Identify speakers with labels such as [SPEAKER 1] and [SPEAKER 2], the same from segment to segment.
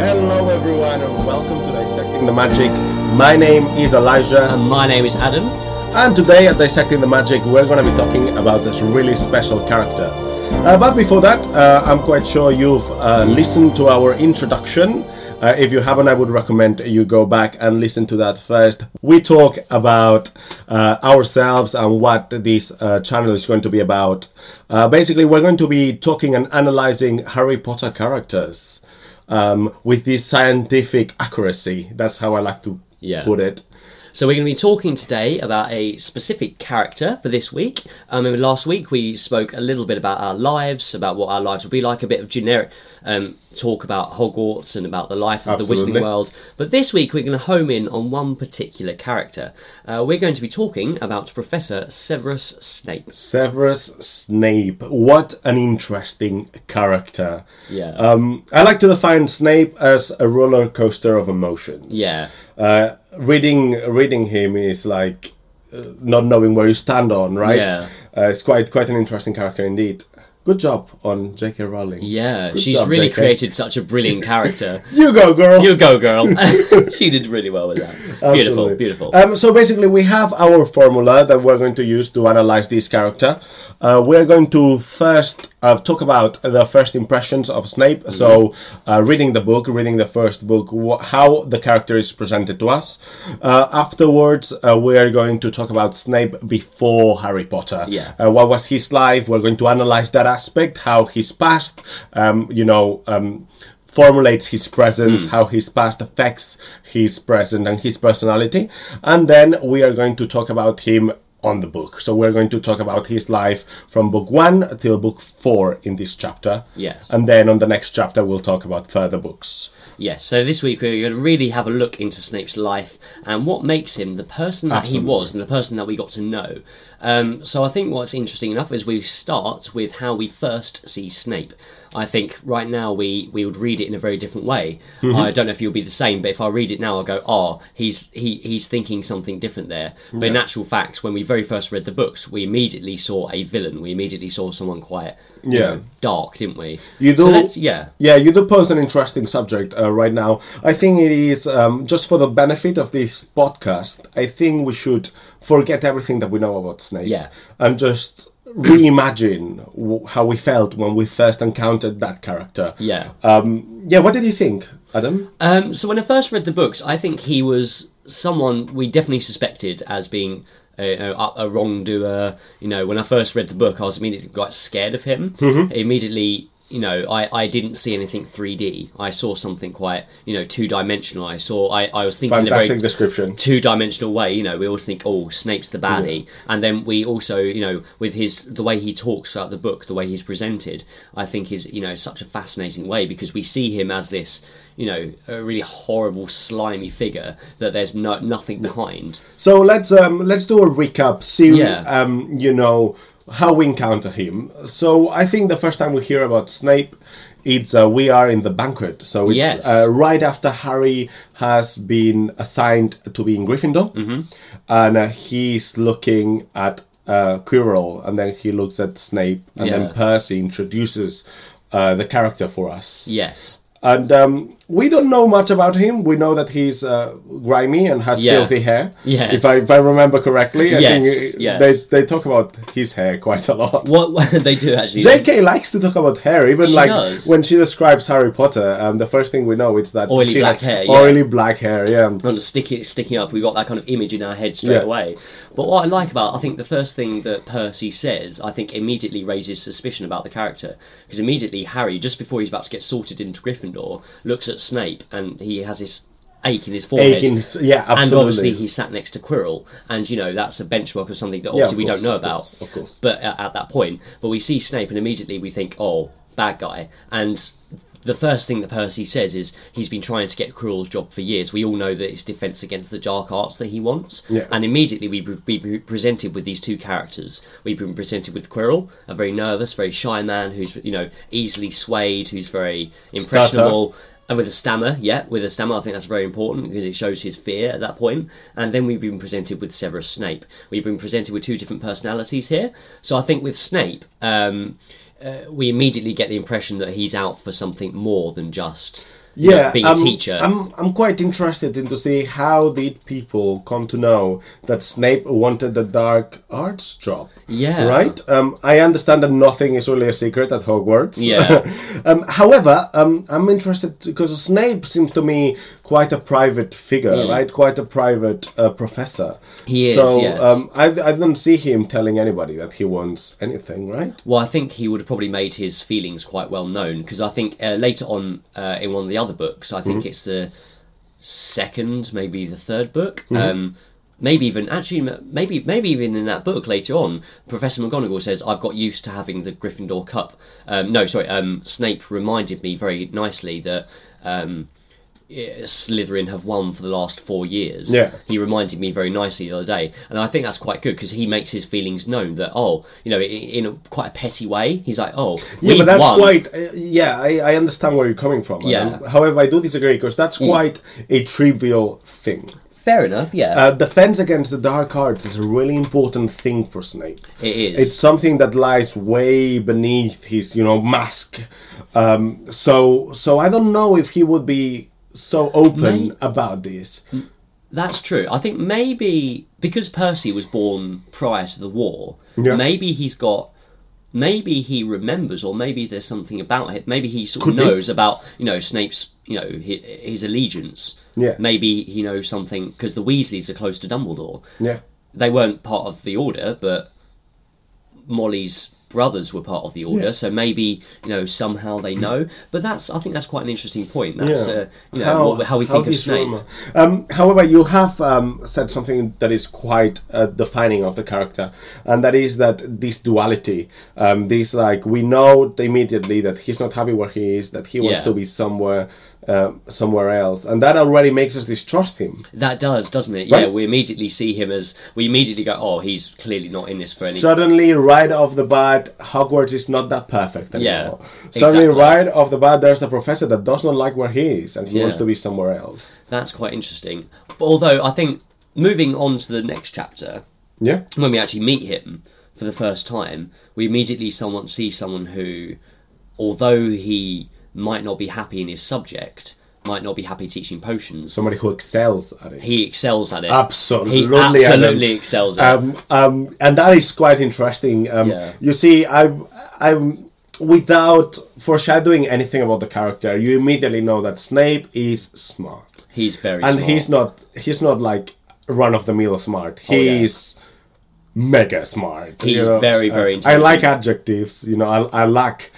[SPEAKER 1] Hello, everyone, and welcome to Dissecting the Magic. My name is Elijah,
[SPEAKER 2] And my name is Adam.
[SPEAKER 1] and today at Dissecting the Magic, we're going to be talking about this really special character. Uh, but before that, uh, I'm quite sure you've uh, listened to our introduction. Uh, if you haven't, I would recommend you go back and listen to that first. We talk about uh, ourselves and what this uh, channel is going to be about. Uh, basically, we're going to be talking and analyzing Harry Potter characters um, with this scientific accuracy. That's how I like to
[SPEAKER 2] Yeah.
[SPEAKER 1] put it.
[SPEAKER 2] So we're going to be talking today about a specific character for this week. Um, and last week we spoke a little bit about our lives, about what our lives will be like, a bit of generic um, talk about Hogwarts and about the life of the
[SPEAKER 1] Absolutely.
[SPEAKER 2] Wizarding World. But this week we're going to home in on one particular character. Uh, we're going to be talking about Professor Severus Snape.
[SPEAKER 1] Severus Snape. What an interesting character.
[SPEAKER 2] Yeah.
[SPEAKER 1] Um, I like to define Snape as a roller coaster of emotions.
[SPEAKER 2] Yeah.
[SPEAKER 1] Uh, reading reading him is like uh, not knowing where you stand on, right?
[SPEAKER 2] Yeah.
[SPEAKER 1] Uh, it's quite quite an interesting character indeed. Good job on J.K. Rowling.
[SPEAKER 2] yeah,
[SPEAKER 1] Good
[SPEAKER 2] she's
[SPEAKER 1] job,
[SPEAKER 2] really
[SPEAKER 1] JK.
[SPEAKER 2] created such a brilliant character.
[SPEAKER 1] You go, girl.
[SPEAKER 2] You go, girl. she did really well with that. Beautiful,
[SPEAKER 1] Absolutely.
[SPEAKER 2] beautiful.
[SPEAKER 1] Um, so basically, we have our formula that we're going to use to analyze this character. Uh, we're going to first uh, talk about the first impressions of Snape.
[SPEAKER 2] Mm-hmm.
[SPEAKER 1] So, uh, reading the book, reading the first book, wh- how the character is presented to us. Uh, afterwards, uh, we're going to talk about Snape before Harry Potter.
[SPEAKER 2] Yeah.
[SPEAKER 1] Uh, what was his life? We're going to analyze that aspect, how his past, um, you know, um, formulates his presence, how his past affects his present and his personality. And then we are going to talk about him on the book. So we're going to talk about his life from book one till book four in this chapter.
[SPEAKER 2] Yes.
[SPEAKER 1] And then on the next chapter, we'll talk about further books.
[SPEAKER 2] Yes, so this week we're going to really have a look into Snape's life and what makes him the person that
[SPEAKER 1] Absolutely.
[SPEAKER 2] he was and the person that we got to know. Um, so I think what's interesting enough is we start with how we first see Snape. I think right now we, we would read it in a very different way.
[SPEAKER 1] Mm-hmm.
[SPEAKER 2] I don't know if you'll be the same, but if I read it now, I'll go, oh, he's he, he's thinking something different there. But in actual fact, when we very first read the books, we immediately saw a villain. We immediately saw someone quite you
[SPEAKER 1] Yeah.
[SPEAKER 2] know, dark, didn't we?
[SPEAKER 1] You
[SPEAKER 2] So
[SPEAKER 1] do-
[SPEAKER 2] let's- yeah.
[SPEAKER 1] Yeah, you do pose an interesting subject uh, right now. I think it is um, just for the benefit of this podcast. I think we should forget everything that we know about Snape.
[SPEAKER 2] Yeah.
[SPEAKER 1] and just reimagine w- how we felt when we first encountered that character.
[SPEAKER 2] Yeah.
[SPEAKER 1] Um, yeah. What did you think, Adam?
[SPEAKER 2] Um, so when I first read the books, I think he was someone we definitely suspected as being a, a, a wrongdoer. You know, when I first read the book, I was immediately quite scared of him.
[SPEAKER 1] Mm-hmm.
[SPEAKER 2] Immediately, you know, I, I didn't see anything 3D. I saw something quite, you know, two dimensional. I saw, I, I was thinking in a very-
[SPEAKER 1] Fantastic description.
[SPEAKER 2] two dimensional way. You know, we always think, oh, Snape's the baddie, and then we also, you know, with his the way he talks throughout the book, the way he's presented, I think is you know such a fascinating way because we see him as this, you know, a really horrible, slimy figure that there's no nothing behind.
[SPEAKER 1] So let's um, let's do a recap. See,
[SPEAKER 2] Yeah.
[SPEAKER 1] um, you know how we encounter him. So I think the first time we hear about Snape, it's uh, we are in the banquet. So it's
[SPEAKER 2] Yes.
[SPEAKER 1] uh, right after Harry has been assigned to be in Gryffindor,
[SPEAKER 2] Mm-hmm.
[SPEAKER 1] and uh, he's looking at uh, Quirrell, and then he looks at Snape, and
[SPEAKER 2] Yeah.
[SPEAKER 1] then Percy introduces uh, the character for us.
[SPEAKER 2] Yes.
[SPEAKER 1] And um, we don't know much about him. We know that he's uh, grimy and has
[SPEAKER 2] Yeah.
[SPEAKER 1] filthy hair.
[SPEAKER 2] Yes.
[SPEAKER 1] If I if I remember correctly, I
[SPEAKER 2] Yes,
[SPEAKER 1] think uh,
[SPEAKER 2] yes.
[SPEAKER 1] they they talk about his hair quite a lot.
[SPEAKER 2] What, what they do actually.
[SPEAKER 1] J.K. likes to talk about hair, even like
[SPEAKER 2] does.
[SPEAKER 1] when she describes Harry Potter. Um, the first thing we know is that
[SPEAKER 2] Oily
[SPEAKER 1] she
[SPEAKER 2] black
[SPEAKER 1] has
[SPEAKER 2] hair, yeah.
[SPEAKER 1] oily black hair. Yeah,
[SPEAKER 2] kind of sticking sticking up. We got that kind of image in our head straight
[SPEAKER 1] Yeah.
[SPEAKER 2] away. But what I like about I think the first thing that Percy says I think immediately raises suspicion about the character because immediately Harry just before he's about to get sorted into Gryffindor looks at Snape and he has this ache in his forehead.
[SPEAKER 1] Aching his- yeah,
[SPEAKER 2] And
[SPEAKER 1] absolutely.
[SPEAKER 2] obviously he sat next to Quirrell, and you know that's a benchmark of something that
[SPEAKER 1] Yeah, of
[SPEAKER 2] obviously
[SPEAKER 1] course,
[SPEAKER 2] we don't know
[SPEAKER 1] of
[SPEAKER 2] about.
[SPEAKER 1] course, of course.
[SPEAKER 2] But at, at that point, but we see Snape, and immediately we think, oh, bad guy. And the first thing that Percy says is he's been trying to get Quirrell's job for years. We all know that it's defense against the dark arts that he wants.
[SPEAKER 1] Yeah.
[SPEAKER 2] And immediately we be be presented with these two characters. We've been presented with Quirrell, a very nervous, very shy man who's you know easily swayed, who's very impressionable. And uh, with a stammer, yeah, with a stammer, I think that's very important because it shows his fear at that point. And then we've been presented with Severus Snape. We've been presented with two different personalities here. So I think with Snape, um, uh, we immediately get the impression that he's out for something more than just you know,
[SPEAKER 1] yeah, um,
[SPEAKER 2] being
[SPEAKER 1] I'm,
[SPEAKER 2] a teacher.
[SPEAKER 1] I'm I'm quite interested in to see how did people come to know that Snape wanted the dark arts job.
[SPEAKER 2] Yeah.
[SPEAKER 1] Right. Um, I understand that nothing is really a secret at Hogwarts.
[SPEAKER 2] Yeah.
[SPEAKER 1] um, however, um, I'm interested because Snape seems to me quite a private figure, right? Quite a private uh, professor.
[SPEAKER 2] Hmm. He is,
[SPEAKER 1] So
[SPEAKER 2] yes.
[SPEAKER 1] um, I I don't see him telling anybody that he wants anything, right?
[SPEAKER 2] Well, I think he would have probably made his feelings quite well known because I think uh, later on uh, in one of the other books, I think it's the second, maybe the third book,
[SPEAKER 1] Mm-hmm.
[SPEAKER 2] um, maybe even actually, m- maybe maybe even in that book later on, Professor McGonagall says, "I've got used to having the Gryffindor cup." Um, no, sorry, um, Snape reminded me very nicely that. Um, eh, Slytherin have won for the last four years.
[SPEAKER 1] Yeah.
[SPEAKER 2] He reminded me very nicely the other day, and I think that's quite good because he makes his feelings known that oh, you know, i- in a, quite a petty way, he's like oh,
[SPEAKER 1] Yeah, but that's
[SPEAKER 2] won.
[SPEAKER 1] quite. Uh, yeah, I, I understand where you're coming from.
[SPEAKER 2] Yeah. Mm.
[SPEAKER 1] Adam. however, I do disagree because that's quite a trivial thing.
[SPEAKER 2] fair enough. Yeah,
[SPEAKER 1] Uh, defense against the dark arts is a really important thing for Snape.
[SPEAKER 2] it is.
[SPEAKER 1] It's something that lies way beneath his, you know, mask. Um, so, so I don't know if he would be so open about this.
[SPEAKER 2] Mm. That's true. I think maybe because Percy was born prior to the war,
[SPEAKER 1] Yeah.
[SPEAKER 2] maybe he's got. Maybe he remembers, or maybe there's something about it. Maybe he sort
[SPEAKER 1] Could
[SPEAKER 2] of
[SPEAKER 1] be.
[SPEAKER 2] knows about, you know, Snape's, you know, his, his allegiance.
[SPEAKER 1] Yeah.
[SPEAKER 2] Maybe he knows something because the Weasleys are close to Dumbledore.
[SPEAKER 1] Yeah.
[SPEAKER 2] They weren't part of the Order, but Molly's brothers were part of the Order, so maybe you know somehow they know. But that's, I think, that's quite an interesting point. That's uh, you know what, how we think of
[SPEAKER 1] this
[SPEAKER 2] Snape.
[SPEAKER 1] rumor. Um, however, you have um, said something that is quite uh, defining of the character, and that is that this duality, um, this like we know immediately that he's not happy where he is, that he wants
[SPEAKER 2] Yeah.
[SPEAKER 1] to be somewhere, um, somewhere else, and that already makes us distrust him.
[SPEAKER 2] That does, doesn't it? Yeah,
[SPEAKER 1] Right?
[SPEAKER 2] we immediately see him as we immediately go, oh, he's clearly not in this for any.
[SPEAKER 1] Suddenly, right off the bat, Hogwarts is not that perfect
[SPEAKER 2] Yeah,
[SPEAKER 1] anymore. Suddenly,
[SPEAKER 2] exactly.
[SPEAKER 1] right off the bat, there's a professor that does not like where he is, and he wants
[SPEAKER 2] Yeah.
[SPEAKER 1] to be somewhere else.
[SPEAKER 2] That's quite interesting. But although I think moving on to the next chapter,
[SPEAKER 1] Yeah.
[SPEAKER 2] when we actually meet him for the first time, we immediately someone see someone who, although he might not be happy in his subject, might not be happy teaching potions,
[SPEAKER 1] Somebody who excels at it.
[SPEAKER 2] he excels at it.
[SPEAKER 1] Absolutely,
[SPEAKER 2] he
[SPEAKER 1] Adam.
[SPEAKER 2] absolutely excels at it.
[SPEAKER 1] um, um, and that is quite interesting. Um,
[SPEAKER 2] Yeah.
[SPEAKER 1] You see, I'm, I'm without foreshadowing anything about the character. You immediately know that Snape is smart,
[SPEAKER 2] He's very
[SPEAKER 1] and
[SPEAKER 2] smart.
[SPEAKER 1] he's not. He's not like run of the mill smart.
[SPEAKER 2] Oh, yeah.
[SPEAKER 1] He's mega smart.
[SPEAKER 2] He's
[SPEAKER 1] you know.
[SPEAKER 2] very, very
[SPEAKER 1] Uh, I like
[SPEAKER 2] intelligent.
[SPEAKER 1] adjectives. You know, I, I lack.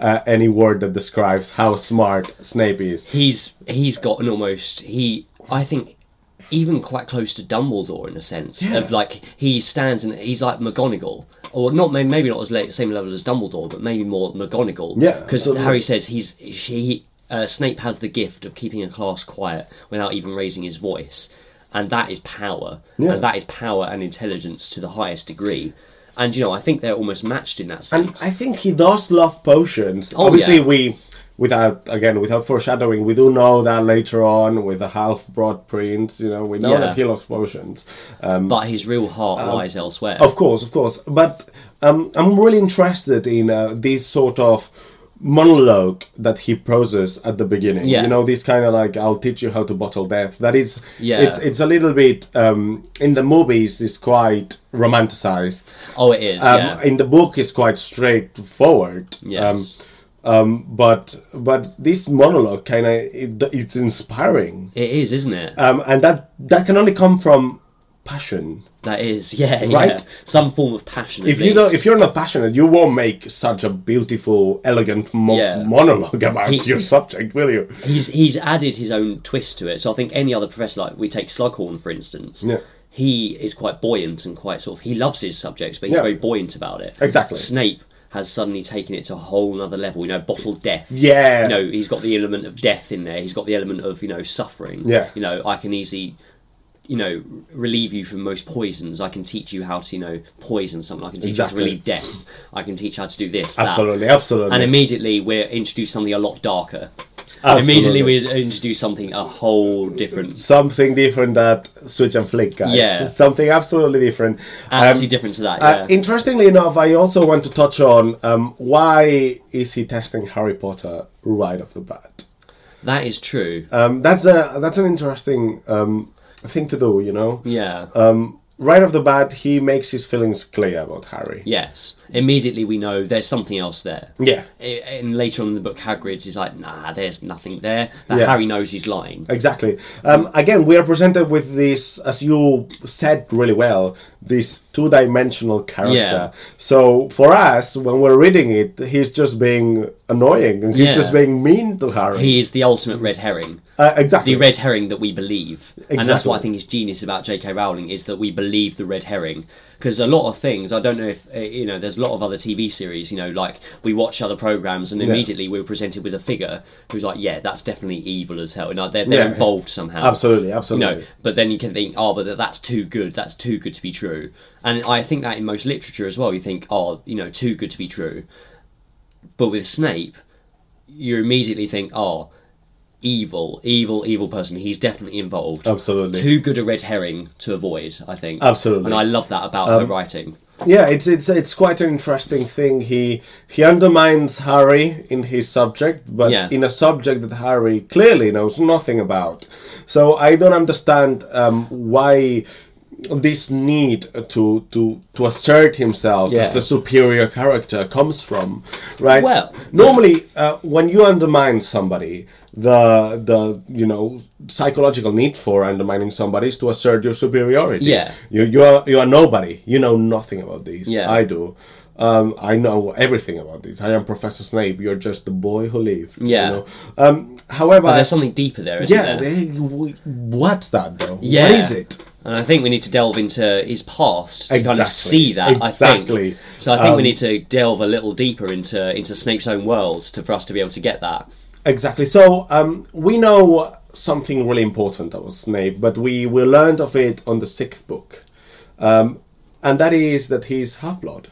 [SPEAKER 1] Uh, any word that describes how smart Snape is.
[SPEAKER 2] he's he's got an almost he I think even quite close to Dumbledore in a sense of like he stands and he's like McGonagall or not may- maybe not as late, same level as Dumbledore but maybe more McGonagall
[SPEAKER 1] Yeah,
[SPEAKER 2] because
[SPEAKER 1] absolutely.
[SPEAKER 2] Harry says he's he uh, Snape has the gift of keeping a class quiet without even raising his voice and that is power
[SPEAKER 1] Yeah.
[SPEAKER 2] and that is power and intelligence to the highest degree and you know I think they're almost matched in that sense
[SPEAKER 1] I think he does love potions.
[SPEAKER 2] Oh,
[SPEAKER 1] Obviously,
[SPEAKER 2] yeah.
[SPEAKER 1] we without again without foreshadowing, we do know that later on with the half broad prince. You know, we know
[SPEAKER 2] Yeah.
[SPEAKER 1] that he loves potions.
[SPEAKER 2] but his real heart
[SPEAKER 1] um,
[SPEAKER 2] lies elsewhere
[SPEAKER 1] Of course, of course. But um, I'm really interested in uh, this sort of monologue that he poses at the beginning.
[SPEAKER 2] Yeah.
[SPEAKER 1] You know, this kind of like "I'll teach you how to bottle death." That is,
[SPEAKER 2] Yeah.
[SPEAKER 1] it's it's a little bit um, in the movies is quite romanticized.
[SPEAKER 2] oh it is
[SPEAKER 1] Um,
[SPEAKER 2] yeah
[SPEAKER 1] In the book, is quite straightforward. Um,
[SPEAKER 2] yes
[SPEAKER 1] um, but but this monologue kind of it, it's inspiring
[SPEAKER 2] it is isn't it
[SPEAKER 1] um, and that that can only come from passion
[SPEAKER 2] That is, yeah,
[SPEAKER 1] Right?
[SPEAKER 2] Yeah. Some form of passion. at
[SPEAKER 1] if you don't
[SPEAKER 2] least.
[SPEAKER 1] if you're not passionate you won't make such a beautiful elegant mo-
[SPEAKER 2] Yeah.
[SPEAKER 1] monologue about
[SPEAKER 2] He-
[SPEAKER 1] your subject will you
[SPEAKER 2] he's he's added his own twist to it. So I think any other professor, like we take Slughorn for instance,
[SPEAKER 1] Yeah.
[SPEAKER 2] he is quite buoyant and quite sort of he loves his subjects, but he's
[SPEAKER 1] Yeah.
[SPEAKER 2] very buoyant about it.
[SPEAKER 1] Exactly.
[SPEAKER 2] Snape has suddenly taken it to a whole nother level. You know, bottled death.
[SPEAKER 1] Yeah.
[SPEAKER 2] You know, he's got the element of death in there. He's got the element of you know suffering.
[SPEAKER 1] Yeah.
[SPEAKER 2] You know, I can easily. You know, relieve you from most poisons. I can teach you how to, you know, poison someone. I can teach
[SPEAKER 1] Exactly.
[SPEAKER 2] you how to relieve death. I can teach you how to do this. that.
[SPEAKER 1] absolutely absolutely
[SPEAKER 2] and immediately we're introduced something a lot darker.
[SPEAKER 1] Absolutely.
[SPEAKER 2] Immediately we're introduced something a whole different,
[SPEAKER 1] something different that switch and flick guys
[SPEAKER 2] Yeah.
[SPEAKER 1] something absolutely different
[SPEAKER 2] absolutely
[SPEAKER 1] Um,
[SPEAKER 2] different to that.
[SPEAKER 1] Uh,
[SPEAKER 2] Yeah.
[SPEAKER 1] interestingly enough, I also want to touch on um, why is he testing Harry Potter right off the bat?
[SPEAKER 2] That is true.
[SPEAKER 1] Um, that's a that's an interesting um, thing to do, you know.
[SPEAKER 2] yeah.
[SPEAKER 1] uh, Right off the bat, he makes his feelings clear about Harry.
[SPEAKER 2] yes. Immediately we know there's something else there.
[SPEAKER 1] Yeah.
[SPEAKER 2] I- And later on in the book, Hagrid is like, nah, there's nothing there. But
[SPEAKER 1] Yeah.
[SPEAKER 2] Harry knows he's lying.
[SPEAKER 1] Exactly. Um, again, we are presented with this, as you said really well, this two dimensional character.
[SPEAKER 2] Yeah.
[SPEAKER 1] So for us, when we're reading it, he's just being annoying and he's
[SPEAKER 2] Yeah.
[SPEAKER 1] just being mean to Harry.
[SPEAKER 2] He is the ultimate red herring.
[SPEAKER 1] uh,
[SPEAKER 2] The
[SPEAKER 1] exactly.
[SPEAKER 2] red herring that we believe. And that's
[SPEAKER 1] Exactly.
[SPEAKER 2] what I think is genius about J.K. Rowling is that we believe the red herring. Because a lot of things, I don't know if, uh, you know, there's a lot of other TV series, you know, like we watch other programs and immediately we're presented with a figure who's like, yeah, that's definitely evil as hell. You know, they're, they're
[SPEAKER 1] Yeah.
[SPEAKER 2] involved somehow.
[SPEAKER 1] absolutely,
[SPEAKER 2] you
[SPEAKER 1] absolutely.
[SPEAKER 2] know but then you can think oh but that's too good that's too good to be true and i think that in most literature as well you think oh you know too good to be true but with snape you immediately think oh evil evil evil person he's definitely involved
[SPEAKER 1] Absolutely.
[SPEAKER 2] too good a red herring to avoid i think
[SPEAKER 1] Absolutely. Um,
[SPEAKER 2] and i love that about her writing
[SPEAKER 1] Yeah, it's it's it's quite an interesting thing. He he undermines Harry in his subject, but
[SPEAKER 2] Yeah.
[SPEAKER 1] in a subject that Harry clearly knows nothing about. So I don't understand um, why this need to to to assert himself as
[SPEAKER 2] Yeah.
[SPEAKER 1] the superior character comes from, right?
[SPEAKER 2] Well-
[SPEAKER 1] normally uh, when you undermine somebody, the the you know psychological need for undermining somebody is to assert your superiority.
[SPEAKER 2] Yeah.
[SPEAKER 1] You you are you are nobody. You know nothing about these.
[SPEAKER 2] Yeah.
[SPEAKER 1] I do. Um, I know everything about this. I am Professor Snape. You're just the boy who lived. you
[SPEAKER 2] Yeah.
[SPEAKER 1] know. Um, however,
[SPEAKER 2] but there's something deeper there isn't
[SPEAKER 1] yeah.
[SPEAKER 2] there
[SPEAKER 1] They, w- what's that though?
[SPEAKER 2] Yeah.
[SPEAKER 1] What is it?
[SPEAKER 2] And I think we need to delve into his past to kind of
[SPEAKER 1] Exactly.
[SPEAKER 2] see that. I
[SPEAKER 1] Exactly. Um,
[SPEAKER 2] think. So I think we need to delve a little deeper into into Snape's own world to, for us to be able to get that.
[SPEAKER 1] Exactly. So um, we know something really important about Snape, but we we learned of it on the sixth book, um, and that is that he's half blood.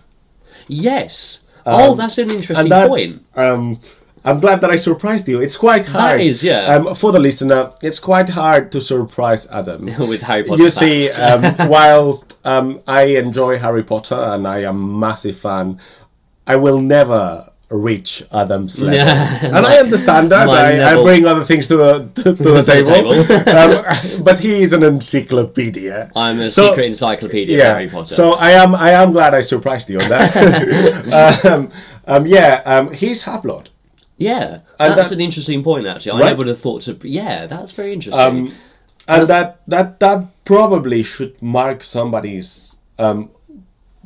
[SPEAKER 2] Yes. oh, that's an interesting
[SPEAKER 1] Um, and that,
[SPEAKER 2] point.
[SPEAKER 1] Um, I'm glad that I surprised you. It's quite hard.
[SPEAKER 2] is, yeah.
[SPEAKER 1] Um, for the listener, it's quite hard to surprise Adam.
[SPEAKER 2] With Harry Potter
[SPEAKER 1] You see,
[SPEAKER 2] facts.
[SPEAKER 1] um, whilst um, I enjoy Harry Potter and I am a massive fan, I will never reach Adam's level. and I understand that.
[SPEAKER 2] my
[SPEAKER 1] I, I
[SPEAKER 2] level.
[SPEAKER 1] bring other things to the, to, to the table. um, but he is an encyclopedia.
[SPEAKER 2] I'm a
[SPEAKER 1] So-
[SPEAKER 2] secret encyclopedia of Harry Potter.
[SPEAKER 1] so I am I am glad I surprised you on that. um, um, yeah, um, he's Hablod.
[SPEAKER 2] yeah,
[SPEAKER 1] and
[SPEAKER 2] that's
[SPEAKER 1] that-
[SPEAKER 2] an interesting point. Actually, I
[SPEAKER 1] Right? Um,
[SPEAKER 2] never would have thought to. Yeah, that's very interesting.
[SPEAKER 1] And that that that probably should mark somebody's um,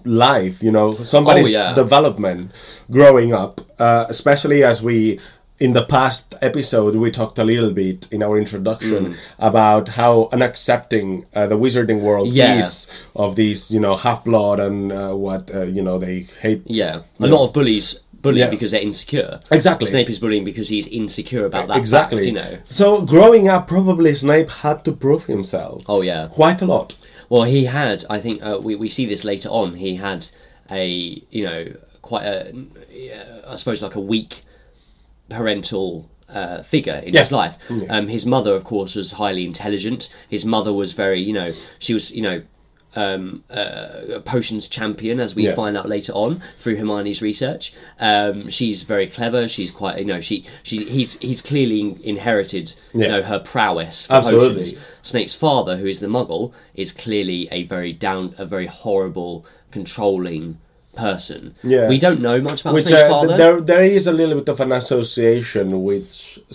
[SPEAKER 1] life, you know, somebody's
[SPEAKER 2] Oh, yeah.
[SPEAKER 1] development growing up, uh, especially as we in the past episode we talked a little bit in our
[SPEAKER 2] Mm.
[SPEAKER 1] introduction about how unaccepting uh, the wizarding world
[SPEAKER 2] Yeah.
[SPEAKER 1] is of these, you know, half blood and uh, what uh, you know they hate
[SPEAKER 2] yeah, a lot of bullies bully
[SPEAKER 1] Yeah.
[SPEAKER 2] because they're insecure.
[SPEAKER 1] Exactly.
[SPEAKER 2] Snape is bullying because he's insecure about that. fact,
[SPEAKER 1] exactly
[SPEAKER 2] you know.
[SPEAKER 1] so growing up probably snape had to prove himself
[SPEAKER 2] Oh, yeah.
[SPEAKER 1] quite a lot
[SPEAKER 2] Well, he had. I think uh, we we see this later on. He had a you know quite a uh, I suppose like a weak parental. Uh, figure in his
[SPEAKER 1] Yeah. Mm-hmm.
[SPEAKER 2] life. Um, his mother, of course, was highly intelligent. His mother was very, you know, she was, you know, um, uh, a potions champion, as we
[SPEAKER 1] Yeah.
[SPEAKER 2] find out later on through Hermione's research. Um, she's very clever. She's quite, you know, she, she, he's, he's clearly inherited, you
[SPEAKER 1] Yeah.
[SPEAKER 2] know, her prowess for
[SPEAKER 1] Absolutely.
[SPEAKER 2] potions. Snape's father, who is the Muggle, is clearly a very down, a very horrible, controlling person.
[SPEAKER 1] Yeah.
[SPEAKER 2] we don't know much about
[SPEAKER 1] which
[SPEAKER 2] Snape's
[SPEAKER 1] uh,
[SPEAKER 2] father.
[SPEAKER 1] th- there, there is a little bit of an association with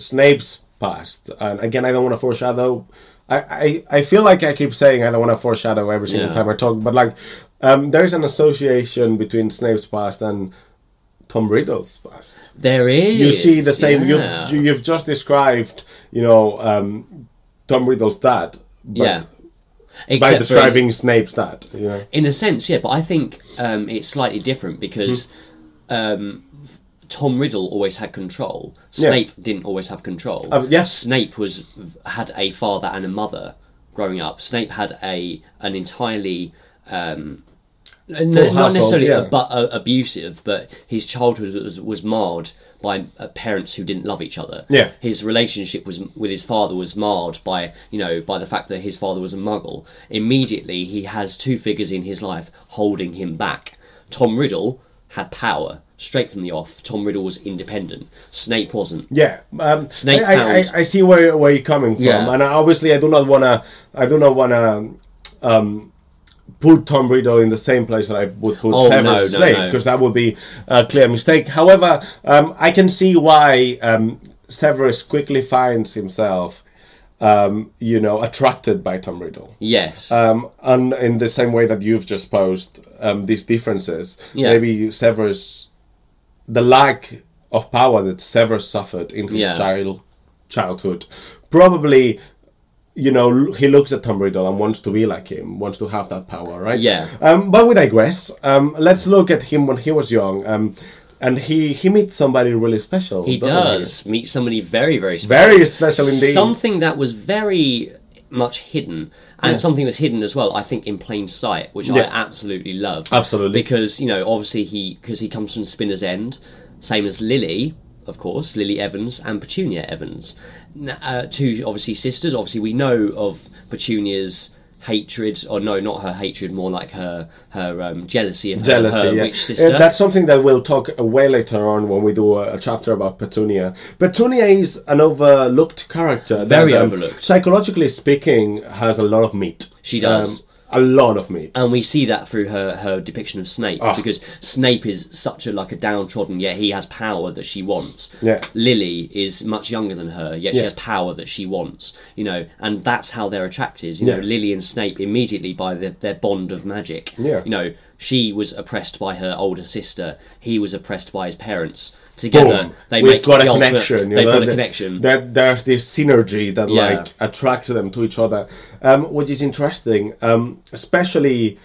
[SPEAKER 1] snape's past and again i don't want to foreshadow I, I, I feel like I keep saying I don't want to foreshadow every single
[SPEAKER 2] Yeah.
[SPEAKER 1] time I talk, but like um, there is an association between Snape's past and Tom Riddle's past.
[SPEAKER 2] there is.
[SPEAKER 1] you see the same
[SPEAKER 2] yeah.
[SPEAKER 1] you've, you- you've just described you know um, Tom Riddle's dad, but
[SPEAKER 2] yeah.
[SPEAKER 1] by
[SPEAKER 2] Except for in-
[SPEAKER 1] describing Snape's dad. You know?
[SPEAKER 2] in a sense, yeah. But I think um, it's slightly different because
[SPEAKER 1] Hmm.
[SPEAKER 2] um, Tom Riddle always had control.
[SPEAKER 1] Yeah.
[SPEAKER 2] Snape didn't always have control.
[SPEAKER 1] Um, yes.
[SPEAKER 2] Snape was had a father and a mother growing up. Snape had a an entirely um, n- not
[SPEAKER 1] household,
[SPEAKER 2] necessarily
[SPEAKER 1] yeah.
[SPEAKER 2] abu- uh, abusive, but his childhood was, was marred by uh, parents who didn't love each other.
[SPEAKER 1] Yeah.
[SPEAKER 2] his relationship was with his father was marred by you know by the fact that his father was a muggle. Immediately, he has two figures in his life holding him back. Tom Riddle had power. straight from the off, Tom Riddle was independent. Snape wasn't.
[SPEAKER 1] Yeah, um,
[SPEAKER 2] Snake
[SPEAKER 1] I, I, I,
[SPEAKER 2] pound.
[SPEAKER 1] I see where where you're coming from,
[SPEAKER 2] Yeah.
[SPEAKER 1] and I, obviously I do not wanna I do not wanna um, put Tom Riddle in the same place that I would put
[SPEAKER 2] Oh, no, no,
[SPEAKER 1] Severus Snape
[SPEAKER 2] no.
[SPEAKER 1] because that would be a clear mistake. However, um, I can see why um, Severus quickly finds himself, um, you know, attracted by Tom Riddle.
[SPEAKER 2] Yes.
[SPEAKER 1] Um, and in the same way that you've just posed um, these differences,
[SPEAKER 2] Yeah.
[SPEAKER 1] maybe Severus, the lack of power that Severus suffered in his
[SPEAKER 2] Yeah.
[SPEAKER 1] child childhood, probably, you know, l- he looks at Tom Riddle and wants to be like him, wants to have that power, right?
[SPEAKER 2] Yeah.
[SPEAKER 1] Um, but we digress. Um, let's look at him when he was young. Um, and he he meets somebody really special.
[SPEAKER 2] he
[SPEAKER 1] doesn't
[SPEAKER 2] does meet somebody very, very special.
[SPEAKER 1] Very special indeed.
[SPEAKER 2] Something that was very much hidden, and something that's hidden as well. I think in plain sight, which I
[SPEAKER 1] Yeah.
[SPEAKER 2] absolutely love.
[SPEAKER 1] Absolutely.
[SPEAKER 2] because you know, obviously he because he comes from Spinner's End, same as Lily, of course, Lily Evans and Petunia Evans, N- uh, two obviously sisters. Obviously, we know of Petunia's hatred, or no, not her hatred, more like her her um, jealousy of her-
[SPEAKER 1] jealousy.
[SPEAKER 2] her,
[SPEAKER 1] yeah.
[SPEAKER 2] witch sister.
[SPEAKER 1] Uh, that's something that we'll talk uh, way later on when we do a, a chapter about Petunia. Petunia is an overlooked character. that,
[SPEAKER 2] Very
[SPEAKER 1] um,
[SPEAKER 2] overlooked.
[SPEAKER 1] Psychologically speaking, has a lot of meat.
[SPEAKER 2] She does.
[SPEAKER 1] Um, a lot of meat.
[SPEAKER 2] and we see that through her, her depiction of Snape
[SPEAKER 1] Ah.
[SPEAKER 2] because Snape is such a like a downtrodden yet he has power that she wants.
[SPEAKER 1] Yeah.
[SPEAKER 2] Lily is much younger than her yet
[SPEAKER 1] Yeah.
[SPEAKER 2] she has power that she wants. You know, and that's how they're attracted. You know,
[SPEAKER 1] Yeah.
[SPEAKER 2] Lily and Snape immediately by the, their bond of magic.
[SPEAKER 1] Yeah.
[SPEAKER 2] You know, she was oppressed by her older sister. He was oppressed by his parents. Together,
[SPEAKER 1] Boom.
[SPEAKER 2] they
[SPEAKER 1] We've
[SPEAKER 2] make
[SPEAKER 1] got
[SPEAKER 2] the
[SPEAKER 1] a
[SPEAKER 2] ultimate-
[SPEAKER 1] connection. you
[SPEAKER 2] They've
[SPEAKER 1] know,
[SPEAKER 2] got a
[SPEAKER 1] that-
[SPEAKER 2] connection.
[SPEAKER 1] That there's this synergy that
[SPEAKER 2] Yeah.
[SPEAKER 1] like attracts them to each other, um, which is interesting, um, especially.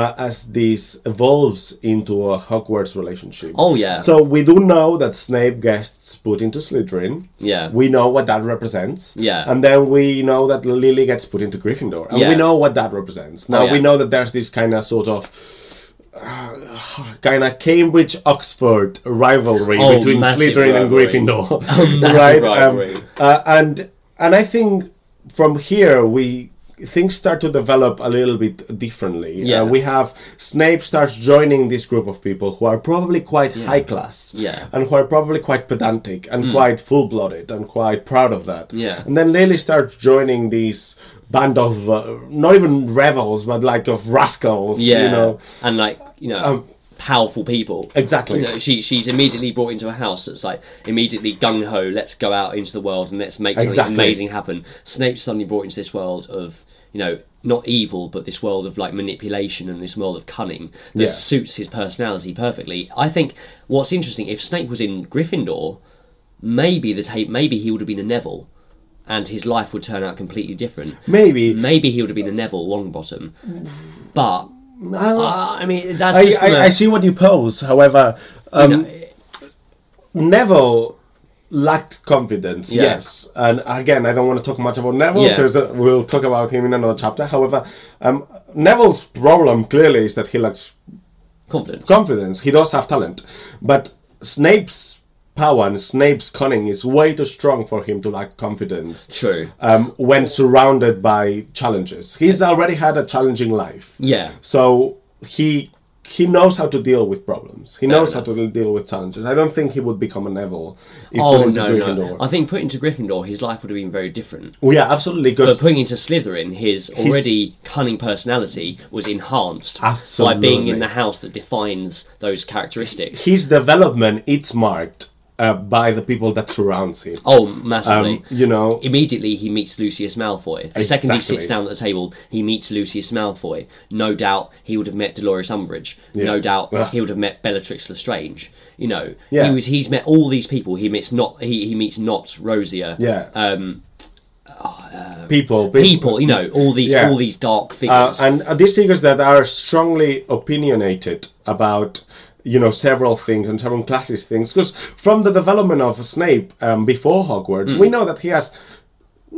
[SPEAKER 1] Uh, as this evolves into a Hogwarts relationship.
[SPEAKER 2] Oh, yeah.
[SPEAKER 1] So we do know that Snape gets put into Slytherin.
[SPEAKER 2] Yeah.
[SPEAKER 1] We know what that represents.
[SPEAKER 2] Yeah.
[SPEAKER 1] And then we know that Lily gets put into Gryffindor, and
[SPEAKER 2] Yeah.
[SPEAKER 1] we know what that represents. Now
[SPEAKER 2] Oh, yeah.
[SPEAKER 1] we know that there's this kind of sort of kind of Cambridge Oxford rivalry
[SPEAKER 2] Oh,
[SPEAKER 1] between
[SPEAKER 2] massive
[SPEAKER 1] Slytherin
[SPEAKER 2] rivalry. Oh,
[SPEAKER 1] and Gryffindor,
[SPEAKER 2] massive
[SPEAKER 1] Um,
[SPEAKER 2] rivalry.
[SPEAKER 1] uh, and and I think from here we things start to develop a little bit differently.
[SPEAKER 2] Yeah.
[SPEAKER 1] Uh, we have Snape starts joining this group of people who are probably quite high class,
[SPEAKER 2] Yeah. Mm.
[SPEAKER 1] and who are probably quite pedantic and quite full blooded and quite proud of that.
[SPEAKER 2] Yeah.
[SPEAKER 1] and then Lily starts joining these band of uh, not even rebels but like of rascals.
[SPEAKER 2] yeah,
[SPEAKER 1] you know. Um,
[SPEAKER 2] and like you know, powerful people.
[SPEAKER 1] Exactly.
[SPEAKER 2] You know, she she's immediately brought into a house that's like immediately gung ho. Let's go out into the world and let's make something
[SPEAKER 1] Exactly.
[SPEAKER 2] amazing happen. Snape's suddenly brought into this world of you know not evil, but this world of like manipulation and this world of cunning that
[SPEAKER 1] Yeah.
[SPEAKER 2] suits his personality perfectly. I think what's interesting if Snape was in Gryffindor, maybe the tape, maybe he would have been a Neville. And his life would turn out completely different.
[SPEAKER 1] Maybe
[SPEAKER 2] Maybe he would have been a Neville Longbottom, but
[SPEAKER 1] I-
[SPEAKER 2] uh, I mean, that's
[SPEAKER 1] I,
[SPEAKER 2] just from
[SPEAKER 1] I,
[SPEAKER 2] a-
[SPEAKER 1] I see what you pose. However, um, Neville lacked confidence.
[SPEAKER 2] Yeah.
[SPEAKER 1] Yes, and again, I don't want to talk much about Neville
[SPEAKER 2] Yeah.
[SPEAKER 1] because we'll talk about him in another chapter. However, um, Neville's problem clearly is that he lacks
[SPEAKER 2] confidence.
[SPEAKER 1] confidence. He does have talent, but Snape's power and Snape's cunning is way too strong for him to lack confidence.
[SPEAKER 2] True.
[SPEAKER 1] Um, when surrounded by challenges, he's already had a challenging life.
[SPEAKER 2] Yeah.
[SPEAKER 1] So he he knows how to deal with problems. He knows how
[SPEAKER 2] enough.
[SPEAKER 1] to deal with challenges. I don't think he would become a Neville if
[SPEAKER 2] Oh
[SPEAKER 1] put into
[SPEAKER 2] no, no.
[SPEAKER 1] Gryffindor.
[SPEAKER 2] I think put into Gryffindor, his life would have been very different.
[SPEAKER 1] Well, Oh, yeah, absolutely.
[SPEAKER 2] But
[SPEAKER 1] Because
[SPEAKER 2] putting into Slytherin, his already cunning personality was enhanced by being
[SPEAKER 1] Absolutely.
[SPEAKER 2] in the house that defines those characteristics.
[SPEAKER 1] his development it's marked uh, by the people that surrounds him.
[SPEAKER 2] Oh, massively.
[SPEAKER 1] Um, you know,
[SPEAKER 2] Immediately, he meets Lucius Malfoy. The second he
[SPEAKER 1] Exactly.
[SPEAKER 2] sits down at the table, he meets Lucius Malfoy. No doubt he would have met Dolores Umbridge. No doubt
[SPEAKER 1] Ugh.
[SPEAKER 2] he would have met Bellatrix Lestrange. You know,
[SPEAKER 1] Yeah.
[SPEAKER 2] he was, he's met all these people. He meets not he, he meets not Rosia.
[SPEAKER 1] yeah. Um,
[SPEAKER 2] oh, uh,
[SPEAKER 1] people, people,
[SPEAKER 2] People, you know, all these
[SPEAKER 1] Yeah.
[SPEAKER 2] all these dark
[SPEAKER 1] Uh,
[SPEAKER 2] figures.
[SPEAKER 1] and uh, these figures that are strongly opinionated about you know several things and several classes
[SPEAKER 2] Hmm.
[SPEAKER 1] things because from the development of snape um, before hogwarts we know that he has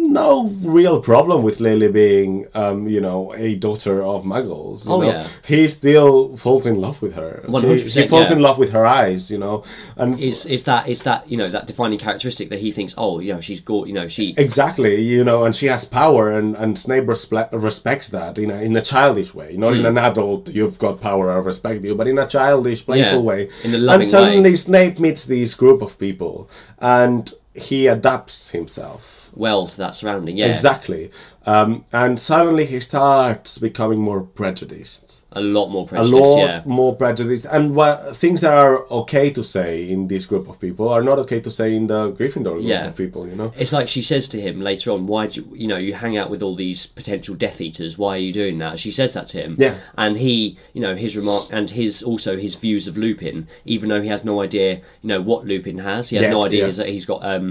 [SPEAKER 1] no real problem with Lily being, um, you know, a daughter of Muggles. You
[SPEAKER 2] Oh,
[SPEAKER 1] know?
[SPEAKER 2] yeah.
[SPEAKER 1] He still falls in love with her. He- He,
[SPEAKER 2] 100%,
[SPEAKER 1] falls
[SPEAKER 2] yeah.
[SPEAKER 1] in love with her eyes, you know, and
[SPEAKER 2] It's, it's that it's that you know that defining characteristic that he thinks oh you know she's gorgeous you know she
[SPEAKER 1] Exactly, you know, and she has power, and and Snape respe- respects that in a in a childish way, not in an adult. You've got power, I respect you, but in a childish, playful
[SPEAKER 2] Hmm. Yeah,
[SPEAKER 1] way.
[SPEAKER 2] in a loving
[SPEAKER 1] and suddenly Snape meets this group of people, and he adapts himself
[SPEAKER 2] well to that surrounding yeah
[SPEAKER 1] exactly, um, and suddenly he starts becoming more prejudiced,
[SPEAKER 2] a lot more
[SPEAKER 1] a
[SPEAKER 2] precious
[SPEAKER 1] lot
[SPEAKER 2] yeah
[SPEAKER 1] more prejudiced, and what things that are okay to say in this group of people are not okay to say in the Gryffindor group
[SPEAKER 2] Yeah.
[SPEAKER 1] of people, you know.
[SPEAKER 2] It's like she says to him later on, "Why do you, you know you hang out with all these potential Death Eaters? Why are you doing that?" She says that to him.
[SPEAKER 1] Yeah.
[SPEAKER 2] And he, you know, his remark and his also his views of Lupin, even though he has no idea, you know, what Lupin has. He has
[SPEAKER 1] Yeah,
[SPEAKER 2] no idea
[SPEAKER 1] yeah.
[SPEAKER 2] he's- that he's got um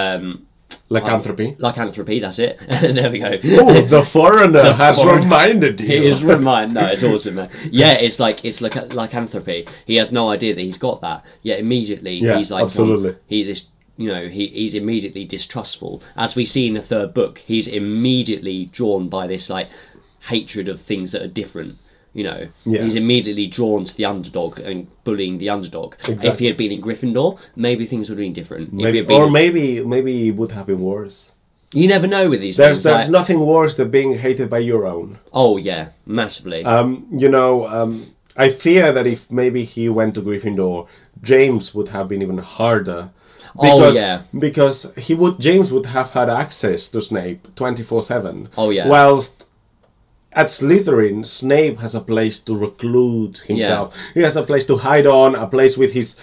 [SPEAKER 2] um
[SPEAKER 1] Lycanthropy.
[SPEAKER 2] lycanthropy. That's it. there we go.
[SPEAKER 1] Oh, the foreigner has
[SPEAKER 2] foreigner.
[SPEAKER 1] reminded you.
[SPEAKER 2] It is remind. No, it's awesome. man. Yeah, it's like it's like lycanthropy. He has no idea that he's got that. Yet immediately
[SPEAKER 1] Yeah,
[SPEAKER 2] he's like
[SPEAKER 1] absolutely.
[SPEAKER 2] He this you know he, he's immediately distrustful. As we see in the third book, he's immediately drawn by this like hatred of things that are different. You know,
[SPEAKER 1] Yeah.
[SPEAKER 2] he's immediately drawn to the underdog and bullying the underdog. If he
[SPEAKER 1] Exactly.
[SPEAKER 2] had been in Gryffindor, maybe things would have been different. if he
[SPEAKER 1] Maybe,
[SPEAKER 2] had been,
[SPEAKER 1] or maybe maybe it would have been worse.
[SPEAKER 2] you never know with these
[SPEAKER 1] There's
[SPEAKER 2] things.
[SPEAKER 1] there's
[SPEAKER 2] like-
[SPEAKER 1] nothing worse than being hated by your own.
[SPEAKER 2] oh yeah, massively.
[SPEAKER 1] Um, you know, um, I fear that if maybe he went to Gryffindor, James would have been even harder.
[SPEAKER 2] Oh,
[SPEAKER 1] Because,
[SPEAKER 2] yeah.
[SPEAKER 1] because he would James would have had access to Snape twenty four seven.
[SPEAKER 2] Oh, yeah.
[SPEAKER 1] Whilst at Slytherin, Snape has a place to reclude himself. He has a place to hide on, a place with his,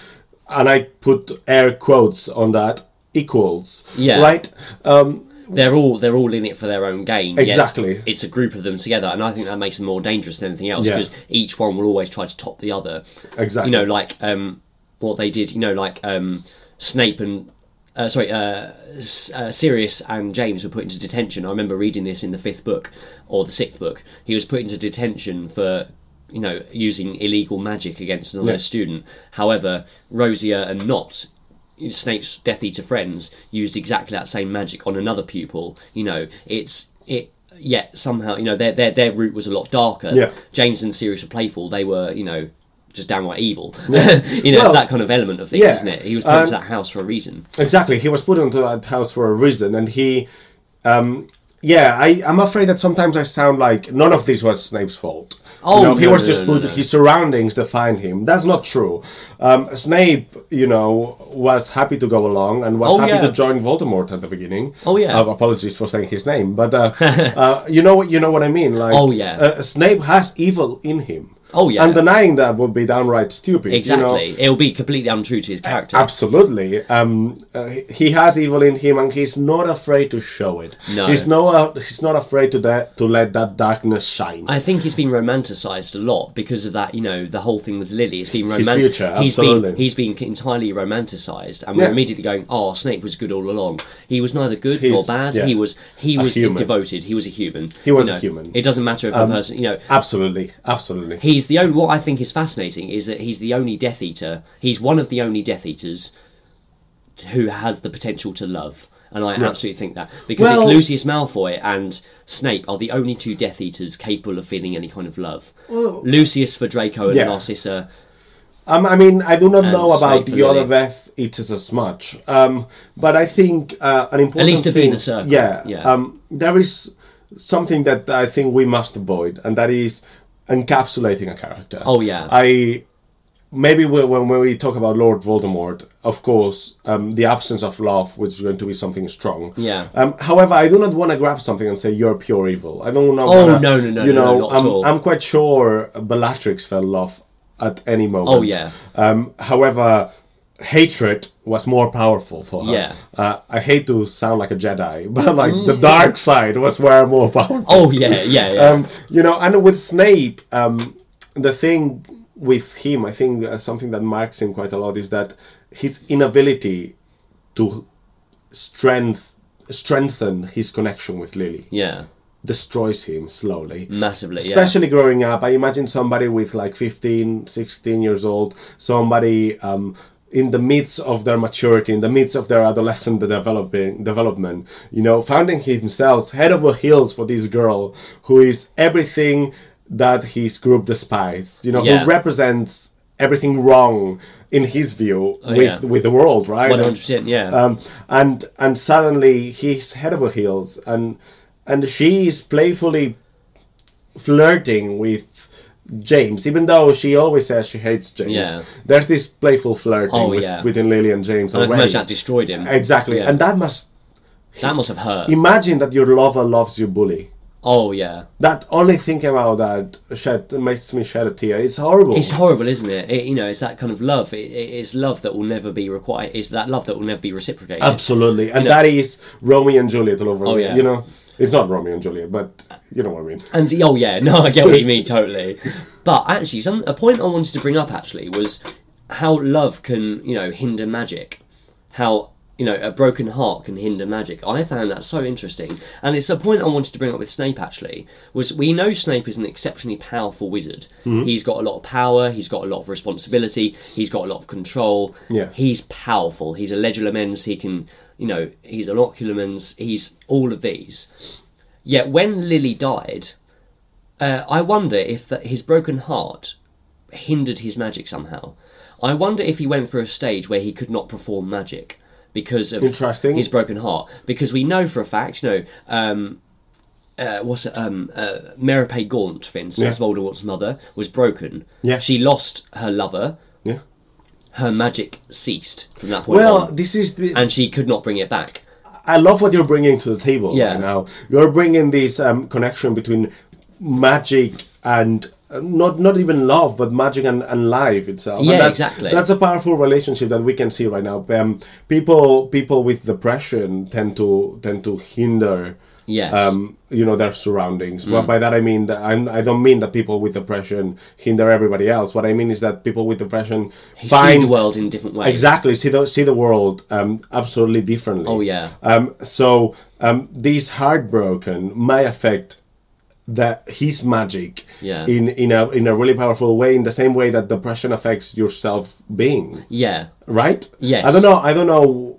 [SPEAKER 1] and I put air quotes on that equals.
[SPEAKER 2] Yeah.
[SPEAKER 1] Right. Um,
[SPEAKER 2] they're all they're all in it for their own gain. yet
[SPEAKER 1] Exactly.
[SPEAKER 2] it's a group of them together, and I think that makes them more dangerous than anything else
[SPEAKER 1] Yeah.
[SPEAKER 2] because each one will always try to top the other.
[SPEAKER 1] Exactly.
[SPEAKER 2] You know, like um, what they did. You know, like um, Snape and. Uh, sorry, uh, S- uh, Sirius and James were put into detention. I remember reading this in the fifth book or the sixth book. He was put into detention for, you know, using illegal magic against another
[SPEAKER 1] Yeah.
[SPEAKER 2] student. However, Rosia and Not Snape's Death Eater friends used exactly that same magic on another pupil. You know, it's it. Yet somehow, you know, their their their route was a lot darker.
[SPEAKER 1] Yeah.
[SPEAKER 2] James and Sirius were playful. They were, you know, just downright evil. you know,
[SPEAKER 1] Well,
[SPEAKER 2] it's that kind of element of things,
[SPEAKER 1] yeah.
[SPEAKER 2] isn't it? He was put into
[SPEAKER 1] Um,
[SPEAKER 2] that house for a reason.
[SPEAKER 1] Exactly. He was put into that house for a reason, and he, um, yeah, I, I'm afraid that sometimes I sound like none of this was Snape's fault.
[SPEAKER 2] Oh,
[SPEAKER 1] you know, he
[SPEAKER 2] no,
[SPEAKER 1] was
[SPEAKER 2] no,
[SPEAKER 1] just
[SPEAKER 2] no,
[SPEAKER 1] put.
[SPEAKER 2] no, no.
[SPEAKER 1] His surroundings defined him. That's not true. Um, Snape, you know, was happy to go along and was
[SPEAKER 2] Oh,
[SPEAKER 1] happy
[SPEAKER 2] yeah.
[SPEAKER 1] to join Voldemort at the beginning.
[SPEAKER 2] Oh, yeah.
[SPEAKER 1] Uh, apologies for saying his name, but uh, uh, you know what you know what I mean. Like,
[SPEAKER 2] Oh, yeah.
[SPEAKER 1] uh, Snape has evil in him.
[SPEAKER 2] Oh, yeah.
[SPEAKER 1] and denying that would be downright stupid. you know?
[SPEAKER 2] Exactly. It'll be completely untrue to his character.
[SPEAKER 1] Absolutely. Um, uh, he has evil in him, and he's not afraid to show it.
[SPEAKER 2] No.
[SPEAKER 1] he's no, uh, he's not afraid to that to let that darkness shine.
[SPEAKER 2] I think he's been romanticised a lot because of that, you know, the whole thing with Lily. It's been
[SPEAKER 1] His
[SPEAKER 2] romantic.
[SPEAKER 1] future,
[SPEAKER 2] he's
[SPEAKER 1] absolutely.
[SPEAKER 2] been he's been entirely romanticised, and we're
[SPEAKER 1] Yeah.
[SPEAKER 2] immediately going, "Oh, Snape was good all along. He was neither good
[SPEAKER 1] He's-
[SPEAKER 2] nor bad.
[SPEAKER 1] yeah.
[SPEAKER 2] He was he was
[SPEAKER 1] human.
[SPEAKER 2] devoted. He was a human.
[SPEAKER 1] He was
[SPEAKER 2] You
[SPEAKER 1] a
[SPEAKER 2] know,
[SPEAKER 1] human. Um,
[SPEAKER 2] It doesn't matter if a person, you know,
[SPEAKER 1] absolutely, absolutely.
[SPEAKER 2] he's the only. What I think is fascinating is that he's the only Death Eater. He's one of the only Death Eaters who has the potential to love. And I absolutely think that because
[SPEAKER 1] Well-
[SPEAKER 2] it's Lucius Malfoy and Snape are the only two Death Eaters capable of feeling any kind of love. Lucius for Draco and
[SPEAKER 1] Yeah.
[SPEAKER 2] Narcissa.
[SPEAKER 1] Um, I mean, I do not know about
[SPEAKER 2] Snape
[SPEAKER 1] the
[SPEAKER 2] and Lily.
[SPEAKER 1] other Death Eaters as much, um, but I think uh, an important
[SPEAKER 2] least to be
[SPEAKER 1] thing,
[SPEAKER 2] in a circle,
[SPEAKER 1] Yeah,
[SPEAKER 2] yeah.
[SPEAKER 1] Um, there is something that I think we must avoid, and that is encapsulating a character.
[SPEAKER 2] Oh, yeah.
[SPEAKER 1] I maybe we, when when we talk about Lord Voldemort, of course, um, the absence of love, which is going to be something strong.
[SPEAKER 2] Yeah.
[SPEAKER 1] Um, however, I do not want to grab something and say you're pure evil. I don't know.
[SPEAKER 2] Oh, no, no, no,
[SPEAKER 1] You
[SPEAKER 2] no,
[SPEAKER 1] know, um,
[SPEAKER 2] no, not at
[SPEAKER 1] I'm,
[SPEAKER 2] all.
[SPEAKER 1] I'm quite sure Bellatrix fell love at any moment.
[SPEAKER 2] Oh, yeah.
[SPEAKER 1] Um, however, hatred was more powerful for her.
[SPEAKER 2] Yeah. Mm.
[SPEAKER 1] Uh, I hate to sound like a Jedi, but like the dark side was way more powerful
[SPEAKER 2] Oh yeah, yeah, yeah.
[SPEAKER 1] um, you know, and with Snape, um, the thing with him, I think uh, something that marks him quite a lot is that his inability to strength strengthen his connection with Lily
[SPEAKER 2] yeah,
[SPEAKER 1] destroys him slowly.
[SPEAKER 2] massively. Yeah.
[SPEAKER 1] Especially growing up, I imagine somebody with like 15, 16 years old, somebody um, in the midst of their maturity, in the midst of their adolescent developing development. You know, finding himself head over heels for this girl who is everything that his group despises. You know,
[SPEAKER 2] Yeah.
[SPEAKER 1] who represents everything wrong in his view with
[SPEAKER 2] Oh, yeah.
[SPEAKER 1] with the world, right?
[SPEAKER 2] One hundred percent. Yeah.
[SPEAKER 1] um, and and suddenly he's head over heels, and and she is playfully flirting with James, even though she always says she hates James.
[SPEAKER 2] Yeah.
[SPEAKER 1] There's this playful flirting
[SPEAKER 2] Oh,
[SPEAKER 1] with,
[SPEAKER 2] yeah.
[SPEAKER 1] within Lily and James
[SPEAKER 2] Like,
[SPEAKER 1] already.
[SPEAKER 2] imagine that destroyed him.
[SPEAKER 1] exactly,
[SPEAKER 2] Yeah.
[SPEAKER 1] and that must
[SPEAKER 2] that must have hurt.
[SPEAKER 1] imagine that your lover loves you, bully.
[SPEAKER 2] oh yeah.
[SPEAKER 1] That only thinking about that shed, makes me shed a tear. It's horrible.
[SPEAKER 2] It's horrible, isn't it? it? You know, it's that kind of love. It, it- it's love that will never be required. It's that love that will never be reciprocated.
[SPEAKER 1] Absolutely, and
[SPEAKER 2] know-
[SPEAKER 1] that is Romeo and Juliet all over.
[SPEAKER 2] Oh,
[SPEAKER 1] again,
[SPEAKER 2] yeah.
[SPEAKER 1] You know, it's not Romeo and Juliet, but you know what I mean.
[SPEAKER 2] And oh yeah, no, I get what you mean totally. But actually, some a point I wanted to bring up actually was how love can you know hinder magic. How you know a broken heart can hinder magic. I found that so interesting, and it's a point I wanted to bring up with Snape actually. Was we know Snape is an exceptionally powerful wizard. He's got a lot of power. He's got a lot of responsibility. He's got a lot of control.
[SPEAKER 1] Yeah.
[SPEAKER 2] he's powerful. He's a legulamens. He can you know he's an oculumens. He's all of these. Yet when Lily died, uh, I wonder if that his broken heart hindered his magic somehow. I wonder if he went through a stage where he could not perform magic because of
[SPEAKER 1] Interesting.
[SPEAKER 2] his broken heart. Because we know for a fact, you know, um, uh, what's it, um, uh, Meripe Gaunt, for instance,
[SPEAKER 1] Yeah.
[SPEAKER 2] Voldemort's mother, was broken.
[SPEAKER 1] Yeah.
[SPEAKER 2] She lost her lover.
[SPEAKER 1] Yeah.
[SPEAKER 2] Her magic ceased from that point
[SPEAKER 1] Well,
[SPEAKER 2] on,
[SPEAKER 1] this is the.
[SPEAKER 2] um, and she could not bring it back.
[SPEAKER 1] I love what you're bringing to the table
[SPEAKER 2] Yeah.
[SPEAKER 1] right now. You're bringing this um, connection between magic and uh, not not even love, but magic and, and life itself. And
[SPEAKER 2] Yeah,
[SPEAKER 1] that-
[SPEAKER 2] exactly.
[SPEAKER 1] That's a powerful relationship that we can see right now. Um, people people with depression tend to tend to hinder.
[SPEAKER 2] Yes. Mm.
[SPEAKER 1] Um, you know their surroundings. Well, by that I mean that I'm, I don't mean that people with depression hinder everybody else. What I mean is that people with depression
[SPEAKER 2] see the
[SPEAKER 1] find
[SPEAKER 2] world in different ways.
[SPEAKER 1] exactly see the see the world um, absolutely differently.
[SPEAKER 2] Oh, yeah.
[SPEAKER 1] Um, so um, this heartbroken may affect that his magic
[SPEAKER 2] Yeah.
[SPEAKER 1] in in a in a really powerful way in the same way that depression affects your self being
[SPEAKER 2] Yeah.
[SPEAKER 1] right
[SPEAKER 2] Yes.
[SPEAKER 1] i don't know i don't know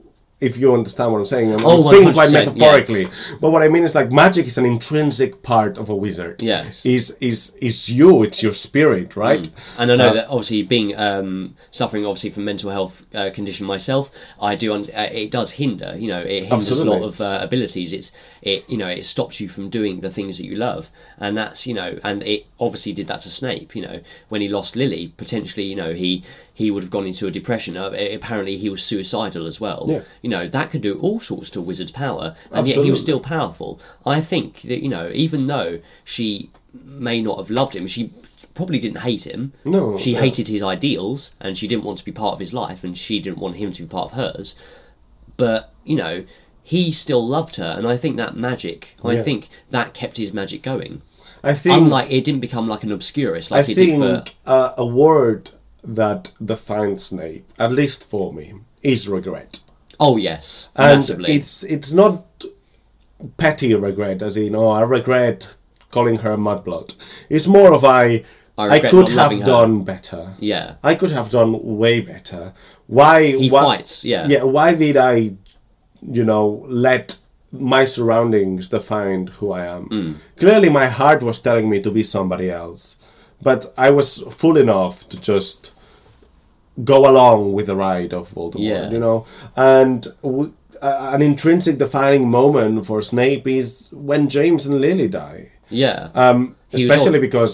[SPEAKER 1] if you understand what i'm saying i'm, I'm
[SPEAKER 2] Oh,
[SPEAKER 1] speaking quite
[SPEAKER 2] 100%, yeah.
[SPEAKER 1] metaphorically but what i mean is like magic is an intrinsic part of a wizard
[SPEAKER 2] Yes. Mm.
[SPEAKER 1] is is is you it's your spirit right
[SPEAKER 2] And I know that obviously being um, suffering obviously from mental health uh, condition myself, I do. Un- uh, it does hinder. You know, it hinders
[SPEAKER 1] Absolutely.
[SPEAKER 2] a lot of uh, abilities. It's it. You know, it stops you from doing the things that you love, and that's you know, and it obviously did that to Snape. You know, when he lost Lily, potentially, you know, he he would have gone into a depression. Uh, a- apparently, he was suicidal as well.
[SPEAKER 1] Yeah.
[SPEAKER 2] You know, that could do all sorts to a wizard's power, and yet he was
[SPEAKER 1] Absolutely.
[SPEAKER 2] still powerful. I think that you know, even though she may not have loved him, she probably didn't hate him.
[SPEAKER 1] No,
[SPEAKER 2] she
[SPEAKER 1] no.
[SPEAKER 2] hated his ideals, and she didn't want to be part of his life, and she didn't want him to be part of hers. But you know, he still loved her, and I think that magic. I
[SPEAKER 1] Yeah.
[SPEAKER 2] think that kept his magic going.
[SPEAKER 1] i think
[SPEAKER 2] Unlike it didn't become like an obscurist, like
[SPEAKER 1] I
[SPEAKER 2] it
[SPEAKER 1] think
[SPEAKER 2] did for.
[SPEAKER 1] uh, a word that defines Snape, at least for me, is regret.
[SPEAKER 2] Oh yes,
[SPEAKER 1] And
[SPEAKER 2] massively.
[SPEAKER 1] it's it's not petty regret, as in, oh, I regret calling her a mudblood. It's more of a I,
[SPEAKER 2] I regret
[SPEAKER 1] could
[SPEAKER 2] not
[SPEAKER 1] have
[SPEAKER 2] loving her.
[SPEAKER 1] done better.
[SPEAKER 2] yeah,
[SPEAKER 1] I could have done way better. Why?
[SPEAKER 2] he
[SPEAKER 1] why,
[SPEAKER 2] fights. Yeah,
[SPEAKER 1] yeah why did i you know let my surroundings define who i am
[SPEAKER 2] Hmm.
[SPEAKER 1] clearly my heart was telling me to be somebody else but i was fool enough to just go along with the ride of Voldemort,
[SPEAKER 2] Yeah.
[SPEAKER 1] you know. And w- uh, an intrinsic defining moment for Snape is when James and Lily die,
[SPEAKER 2] yeah.
[SPEAKER 1] um,
[SPEAKER 2] was
[SPEAKER 1] especially because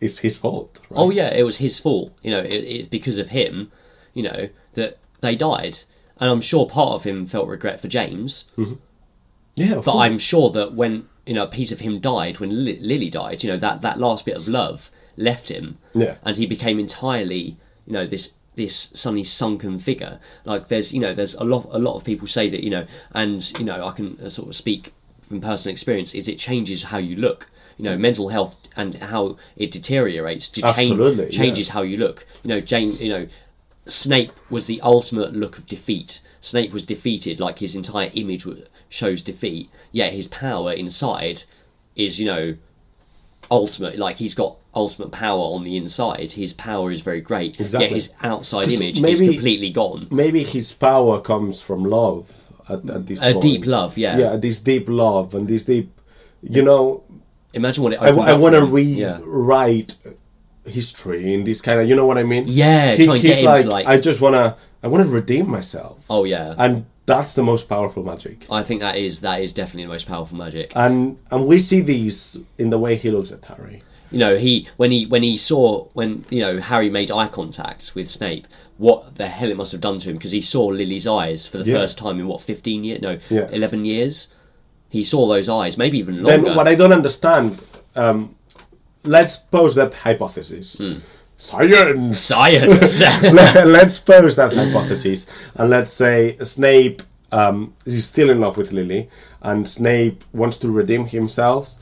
[SPEAKER 1] it's his fault. Right?
[SPEAKER 2] oh yeah, it was his fault. You know, it, it because of him, you know, that they died. And I'm sure part of him felt regret for James,
[SPEAKER 1] yeah, of
[SPEAKER 2] but
[SPEAKER 1] course.
[SPEAKER 2] I'm sure that when you know a piece of him died, when Li- Lily died, you know that that last bit of love left him,
[SPEAKER 1] Yeah.
[SPEAKER 2] and he became entirely you know this this suddenly sunken figure. Like there's you know there's a lot a lot of people say that you know, and you know I can uh, sort of speak from personal experience is it changes how you look. You know, mental health and how it deteriorates to
[SPEAKER 1] Absolutely,
[SPEAKER 2] change,
[SPEAKER 1] yeah.
[SPEAKER 2] changes how you look. You know, Jane. You know, Snape was the ultimate look of defeat. Snape was defeated, like his entire image w- shows defeat. Yet his power inside is, you know, ultimate. Like he's got ultimate power on the inside. His power is very great.
[SPEAKER 1] Exactly.
[SPEAKER 2] Yet his outside
[SPEAKER 1] 'Cause
[SPEAKER 2] image is
[SPEAKER 1] maybe-
[SPEAKER 2] completely gone.
[SPEAKER 1] Maybe his power comes from love at, at this
[SPEAKER 2] A
[SPEAKER 1] point.
[SPEAKER 2] deep love, yeah.
[SPEAKER 1] Yeah, this deep love and this deep, you know,
[SPEAKER 2] Imagine what it.
[SPEAKER 1] I,
[SPEAKER 2] opened up
[SPEAKER 1] want to
[SPEAKER 2] for him. Yeah.
[SPEAKER 1] rewrite history in this kind of, you know what I mean?
[SPEAKER 2] Yeah,
[SPEAKER 1] He-
[SPEAKER 2] try and get
[SPEAKER 1] he's
[SPEAKER 2] him
[SPEAKER 1] like,
[SPEAKER 2] to, like-
[SPEAKER 1] I just want to, I want to redeem myself.
[SPEAKER 2] Oh yeah.
[SPEAKER 1] And that's the most powerful magic.
[SPEAKER 2] I think that is that is definitely the most powerful magic.
[SPEAKER 1] And and we see these in the way he looks at Harry.
[SPEAKER 2] You know, he when he when he saw when you know Harry made eye contact with Snape, what the hell it must have done to him because he saw Lily's eyes for the
[SPEAKER 1] Yeah.
[SPEAKER 2] first time in what fifteen years? No,
[SPEAKER 1] Yeah.
[SPEAKER 2] eleven years. He saw those eyes, maybe even longer.
[SPEAKER 1] Then what I don't understand, um, let's pose that hypothesis. Science.
[SPEAKER 2] Hmm. Science.
[SPEAKER 1] Let- let's pose that hypothesis and let's say Snape um, is still in love with Lily, and Snape wants to redeem himself,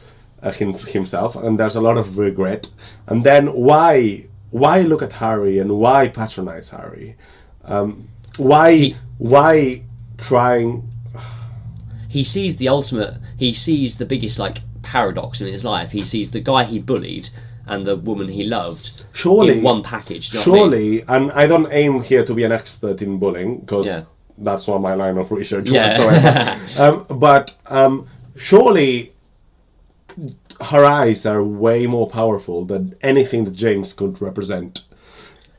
[SPEAKER 1] uh, him, himself, and there's a lot of regret. And then why why look at Harry and why patronize Harry? Um, why why trying?
[SPEAKER 2] he sees the ultimate he sees the biggest like paradox in his life he sees the guy he bullied and the woman he loved
[SPEAKER 1] Surely-
[SPEAKER 2] in one package do you know what I mean?
[SPEAKER 1] Surely, and I don't aim here to be an expert in bullying because
[SPEAKER 2] Yeah.
[SPEAKER 1] that's not my line of research
[SPEAKER 2] Yeah.
[SPEAKER 1] whatsoever. um, but um, surely, her eyes are way more powerful than anything that James could represent.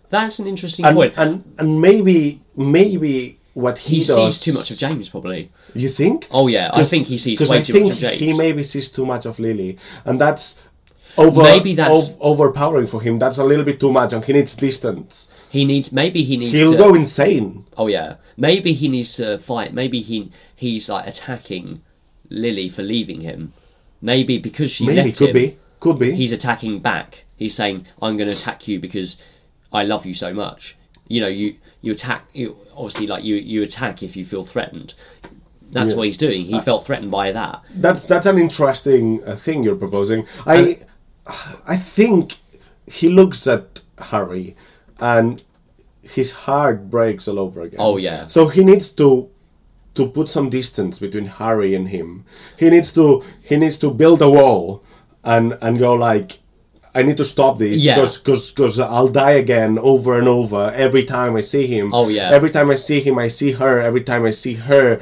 [SPEAKER 2] that's an interesting
[SPEAKER 1] And
[SPEAKER 2] point
[SPEAKER 1] and, and maybe maybe what he,
[SPEAKER 2] he
[SPEAKER 1] does
[SPEAKER 2] sees too much of james probably
[SPEAKER 1] you think?
[SPEAKER 2] oh yeah i
[SPEAKER 1] 'Cause-
[SPEAKER 2] think he sees
[SPEAKER 1] 'cause
[SPEAKER 2] way
[SPEAKER 1] I
[SPEAKER 2] too much
[SPEAKER 1] think
[SPEAKER 2] of james
[SPEAKER 1] He maybe sees too much of Lily, and that's over
[SPEAKER 2] Maybe that's-
[SPEAKER 1] ov- overpowering for him. That's a little bit too much, and he needs distance.
[SPEAKER 2] he needs maybe he needs
[SPEAKER 1] He'll
[SPEAKER 2] to
[SPEAKER 1] go insane.
[SPEAKER 2] oh yeah maybe he needs to fight maybe he he's like attacking lily for leaving him maybe because she
[SPEAKER 1] Maybe
[SPEAKER 2] left
[SPEAKER 1] could
[SPEAKER 2] him
[SPEAKER 1] be, could be.
[SPEAKER 2] he's attacking back. He's saying, "I'm going to attack you because I love you so much." You know, you you attack. You, obviously, like you you attack if you feel threatened. That's what he's doing.
[SPEAKER 1] Uh,
[SPEAKER 2] He felt threatened by that.
[SPEAKER 1] that's that's an interesting uh, thing you're proposing. I I think he looks at Harry and his heart breaks all over again.
[SPEAKER 2] Oh, yeah.
[SPEAKER 1] So he needs to to put some distance between Harry and him. He needs to he needs to build a wall and and go like I need to stop this
[SPEAKER 2] Yeah.
[SPEAKER 1] because because I'll die again over and over every time I see him.
[SPEAKER 2] Oh, yeah.
[SPEAKER 1] Every time I see him, I see her. Every time I see her,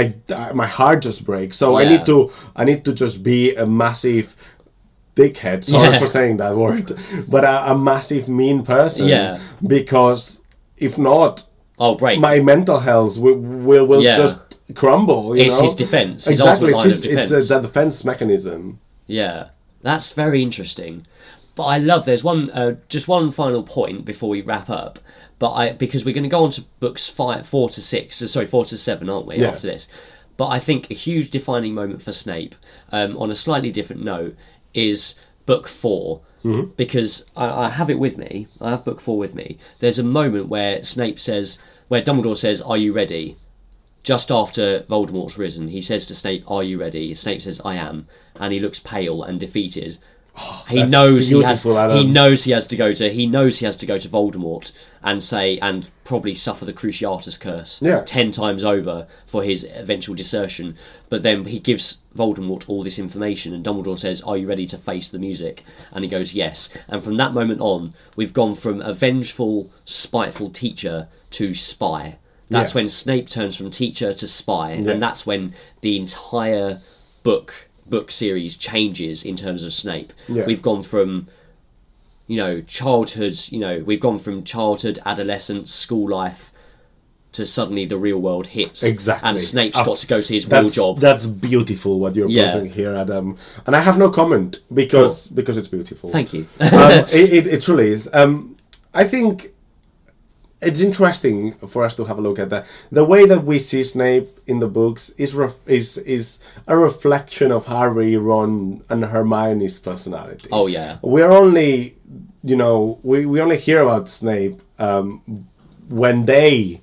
[SPEAKER 1] I, I- my heart just breaks. So I
[SPEAKER 2] Yeah.
[SPEAKER 1] need to I need to just be a massive dickhead. Sorry
[SPEAKER 2] Yeah.
[SPEAKER 1] for saying that word, but a, a massive mean person.
[SPEAKER 2] Yeah.
[SPEAKER 1] Because if not,
[SPEAKER 2] Oh, break.
[SPEAKER 1] my mental health will will, will
[SPEAKER 2] Yeah.
[SPEAKER 1] just crumble. You
[SPEAKER 2] It's
[SPEAKER 1] know?
[SPEAKER 2] his defense, his
[SPEAKER 1] Exactly.
[SPEAKER 2] ultimate
[SPEAKER 1] it's,
[SPEAKER 2] line
[SPEAKER 1] his-
[SPEAKER 2] of
[SPEAKER 1] it's,
[SPEAKER 2] defense.
[SPEAKER 1] a defense mechanism.
[SPEAKER 2] yeah, that's very interesting. But I love. There's one, uh, just one final point before we wrap up. But I because we're going to go on to books five, four to six. uh, Sorry, four to seven, aren't we?
[SPEAKER 1] Yeah.
[SPEAKER 2] After this, but I think a huge defining moment for Snape, um, on a slightly different note, is book 4 because I, I have it with me. I have book four with me. There's a moment where Snape says, where Dumbledore says, "Are you ready?" Just after Voldemort's risen, he says to Snape, "Are you ready?" Snape says, "I am," and he looks pale and defeated. he
[SPEAKER 1] Oh, that's
[SPEAKER 2] knows he has.
[SPEAKER 1] beautiful, Adam.
[SPEAKER 2] He knows he has to go to. He knows he has to go to Voldemort and say and probably suffer the Cruciatus curse
[SPEAKER 1] Yeah.
[SPEAKER 2] ten times over for his eventual desertion. But then he gives Voldemort all this information, and Dumbledore says, "Are you ready to face the music?" And he goes, "Yes." And from that moment on, we've gone from a vengeful, spiteful teacher to spy. That's
[SPEAKER 1] Yeah.
[SPEAKER 2] when Snape turns from teacher to spy,
[SPEAKER 1] Yeah.
[SPEAKER 2] and that's when the entire book book series changes in terms of Snape.
[SPEAKER 1] Yeah.
[SPEAKER 2] We've gone from you know childhood, you know, we've gone from childhood, adolescence, school life to suddenly the real world hits.
[SPEAKER 1] Exactly.
[SPEAKER 2] And Snape's
[SPEAKER 1] Uh,
[SPEAKER 2] got to go to his real
[SPEAKER 1] That's,
[SPEAKER 2] job.
[SPEAKER 1] that's beautiful what you're
[SPEAKER 2] Yeah.
[SPEAKER 1] posing here, Adam. And I have no comment because because it's beautiful.
[SPEAKER 2] Thank you.
[SPEAKER 1] um, it, it, it truly is. Um, I think it's interesting for us to have a look at that. The way that we see Snape in the books is ref- is is a reflection of Harry, Ron, and Hermione's personality.
[SPEAKER 2] Oh, yeah.
[SPEAKER 1] We're only, you know, we, we only hear about Snape um, when they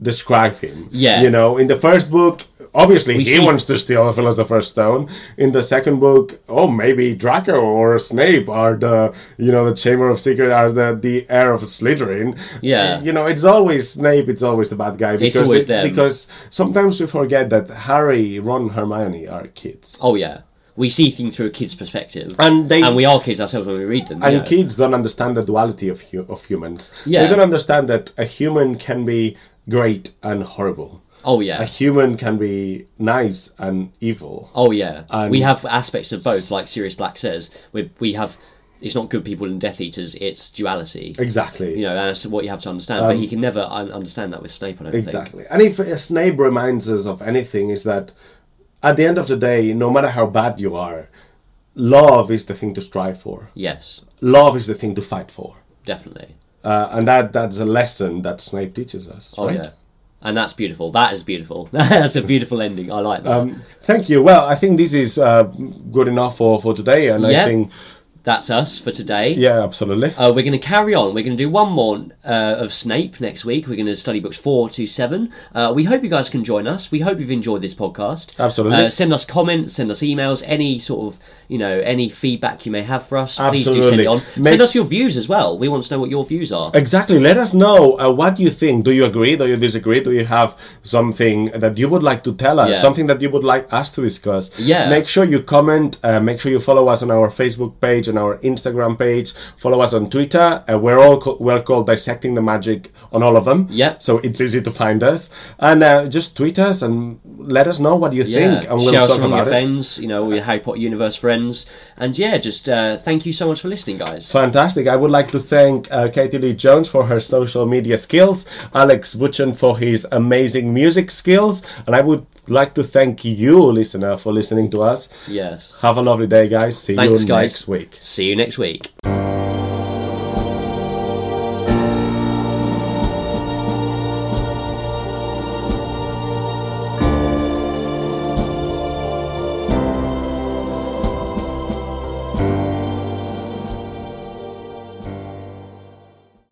[SPEAKER 1] describe him.
[SPEAKER 2] Yeah.
[SPEAKER 1] You know, in the first book, obviously he
[SPEAKER 2] see-
[SPEAKER 1] wants to steal the Philosopher's Stone. In the second book, oh, maybe Draco or Snape are the, you know, the Chamber of Secret are the, the heir of Slytherin.
[SPEAKER 2] Yeah.
[SPEAKER 1] You know, it's always Snape, it's always the bad guy. Because
[SPEAKER 2] always
[SPEAKER 1] they-
[SPEAKER 2] them.
[SPEAKER 1] Because sometimes we forget that Harry, Ron, Hermione are kids.
[SPEAKER 2] oh yeah. we see things through a kid's perspective,
[SPEAKER 1] And they-
[SPEAKER 2] and we are kids ourselves when we read them. you
[SPEAKER 1] And
[SPEAKER 2] know.
[SPEAKER 1] kids don't understand the duality of hu- of humans.
[SPEAKER 2] Yeah.
[SPEAKER 1] They don't understand that a human can be great and horrible.
[SPEAKER 2] oh
[SPEAKER 1] A
[SPEAKER 2] yeah,
[SPEAKER 1] human can be nice and evil.
[SPEAKER 2] oh yeah. we have aspects of both, like Sirius Black says. We we have it's not good people and Death Eaters. It's duality.
[SPEAKER 1] Exactly.
[SPEAKER 2] You know, and that's what you have to understand. but he can never un- understand that with Snape. I don't think.
[SPEAKER 1] Um, Exactly. And if a Snape reminds us of anything, is that at the end of the day, no matter how bad you are, love is the thing to strive for.
[SPEAKER 2] Yes,
[SPEAKER 1] Love is the thing to fight for.
[SPEAKER 2] definitely.
[SPEAKER 1] Uh, and that that's a lesson that Snape teaches us.
[SPEAKER 2] Oh
[SPEAKER 1] right?
[SPEAKER 2] yeah, and that's beautiful. That is beautiful. that's a beautiful ending. I like that.
[SPEAKER 1] Um, Thank you. Well, I think this is uh, good enough for, for today. And I
[SPEAKER 2] Yeah.
[SPEAKER 1] think,
[SPEAKER 2] that's us for today.
[SPEAKER 1] yeah, absolutely.
[SPEAKER 2] Uh, we're going to carry on. We're going to do one more uh, of Snape next week. We're going to study books four to seven. Uh, we hope you guys can join us. We hope you've enjoyed this podcast.
[SPEAKER 1] Absolutely.
[SPEAKER 2] Uh, send us comments, send us emails, any sort of you know any feedback you may have for us. Please do send
[SPEAKER 1] Absolutely.
[SPEAKER 2] it on.
[SPEAKER 1] Make-
[SPEAKER 2] Send us your views as well. We want to know what your views are.
[SPEAKER 1] Exactly. Let us know uh, what you think. Do you agree? Do you disagree? Do you have something that you would like to tell us?
[SPEAKER 2] Yeah.
[SPEAKER 1] Something that you would like us to discuss?
[SPEAKER 2] Yeah.
[SPEAKER 1] Make sure you comment. Uh, make sure you follow us on our Facebook page and our Instagram page. Follow us on Twitter. Uh, we're all co- we're called Dissecting the Magic on all of them.
[SPEAKER 2] Yep.
[SPEAKER 1] So it's easy to find us. And uh, just tweet us and let us know what you think, and we'll
[SPEAKER 2] Share us
[SPEAKER 1] talk
[SPEAKER 2] among your
[SPEAKER 1] about it.
[SPEAKER 2] friends, you know, all your Harry Potter universe friends, and yeah, just uh, thank you so much for listening, guys.
[SPEAKER 1] Fantastic. I would like to thank uh, Katie Lee Jones for her social media skills, Alex Butchan for his amazing music skills, and I would like to thank you, listener, for listening to us.
[SPEAKER 2] yes,
[SPEAKER 1] Have a lovely day, guys. See
[SPEAKER 2] thanks,
[SPEAKER 1] you
[SPEAKER 2] guys.
[SPEAKER 1] next week.
[SPEAKER 2] See you next week.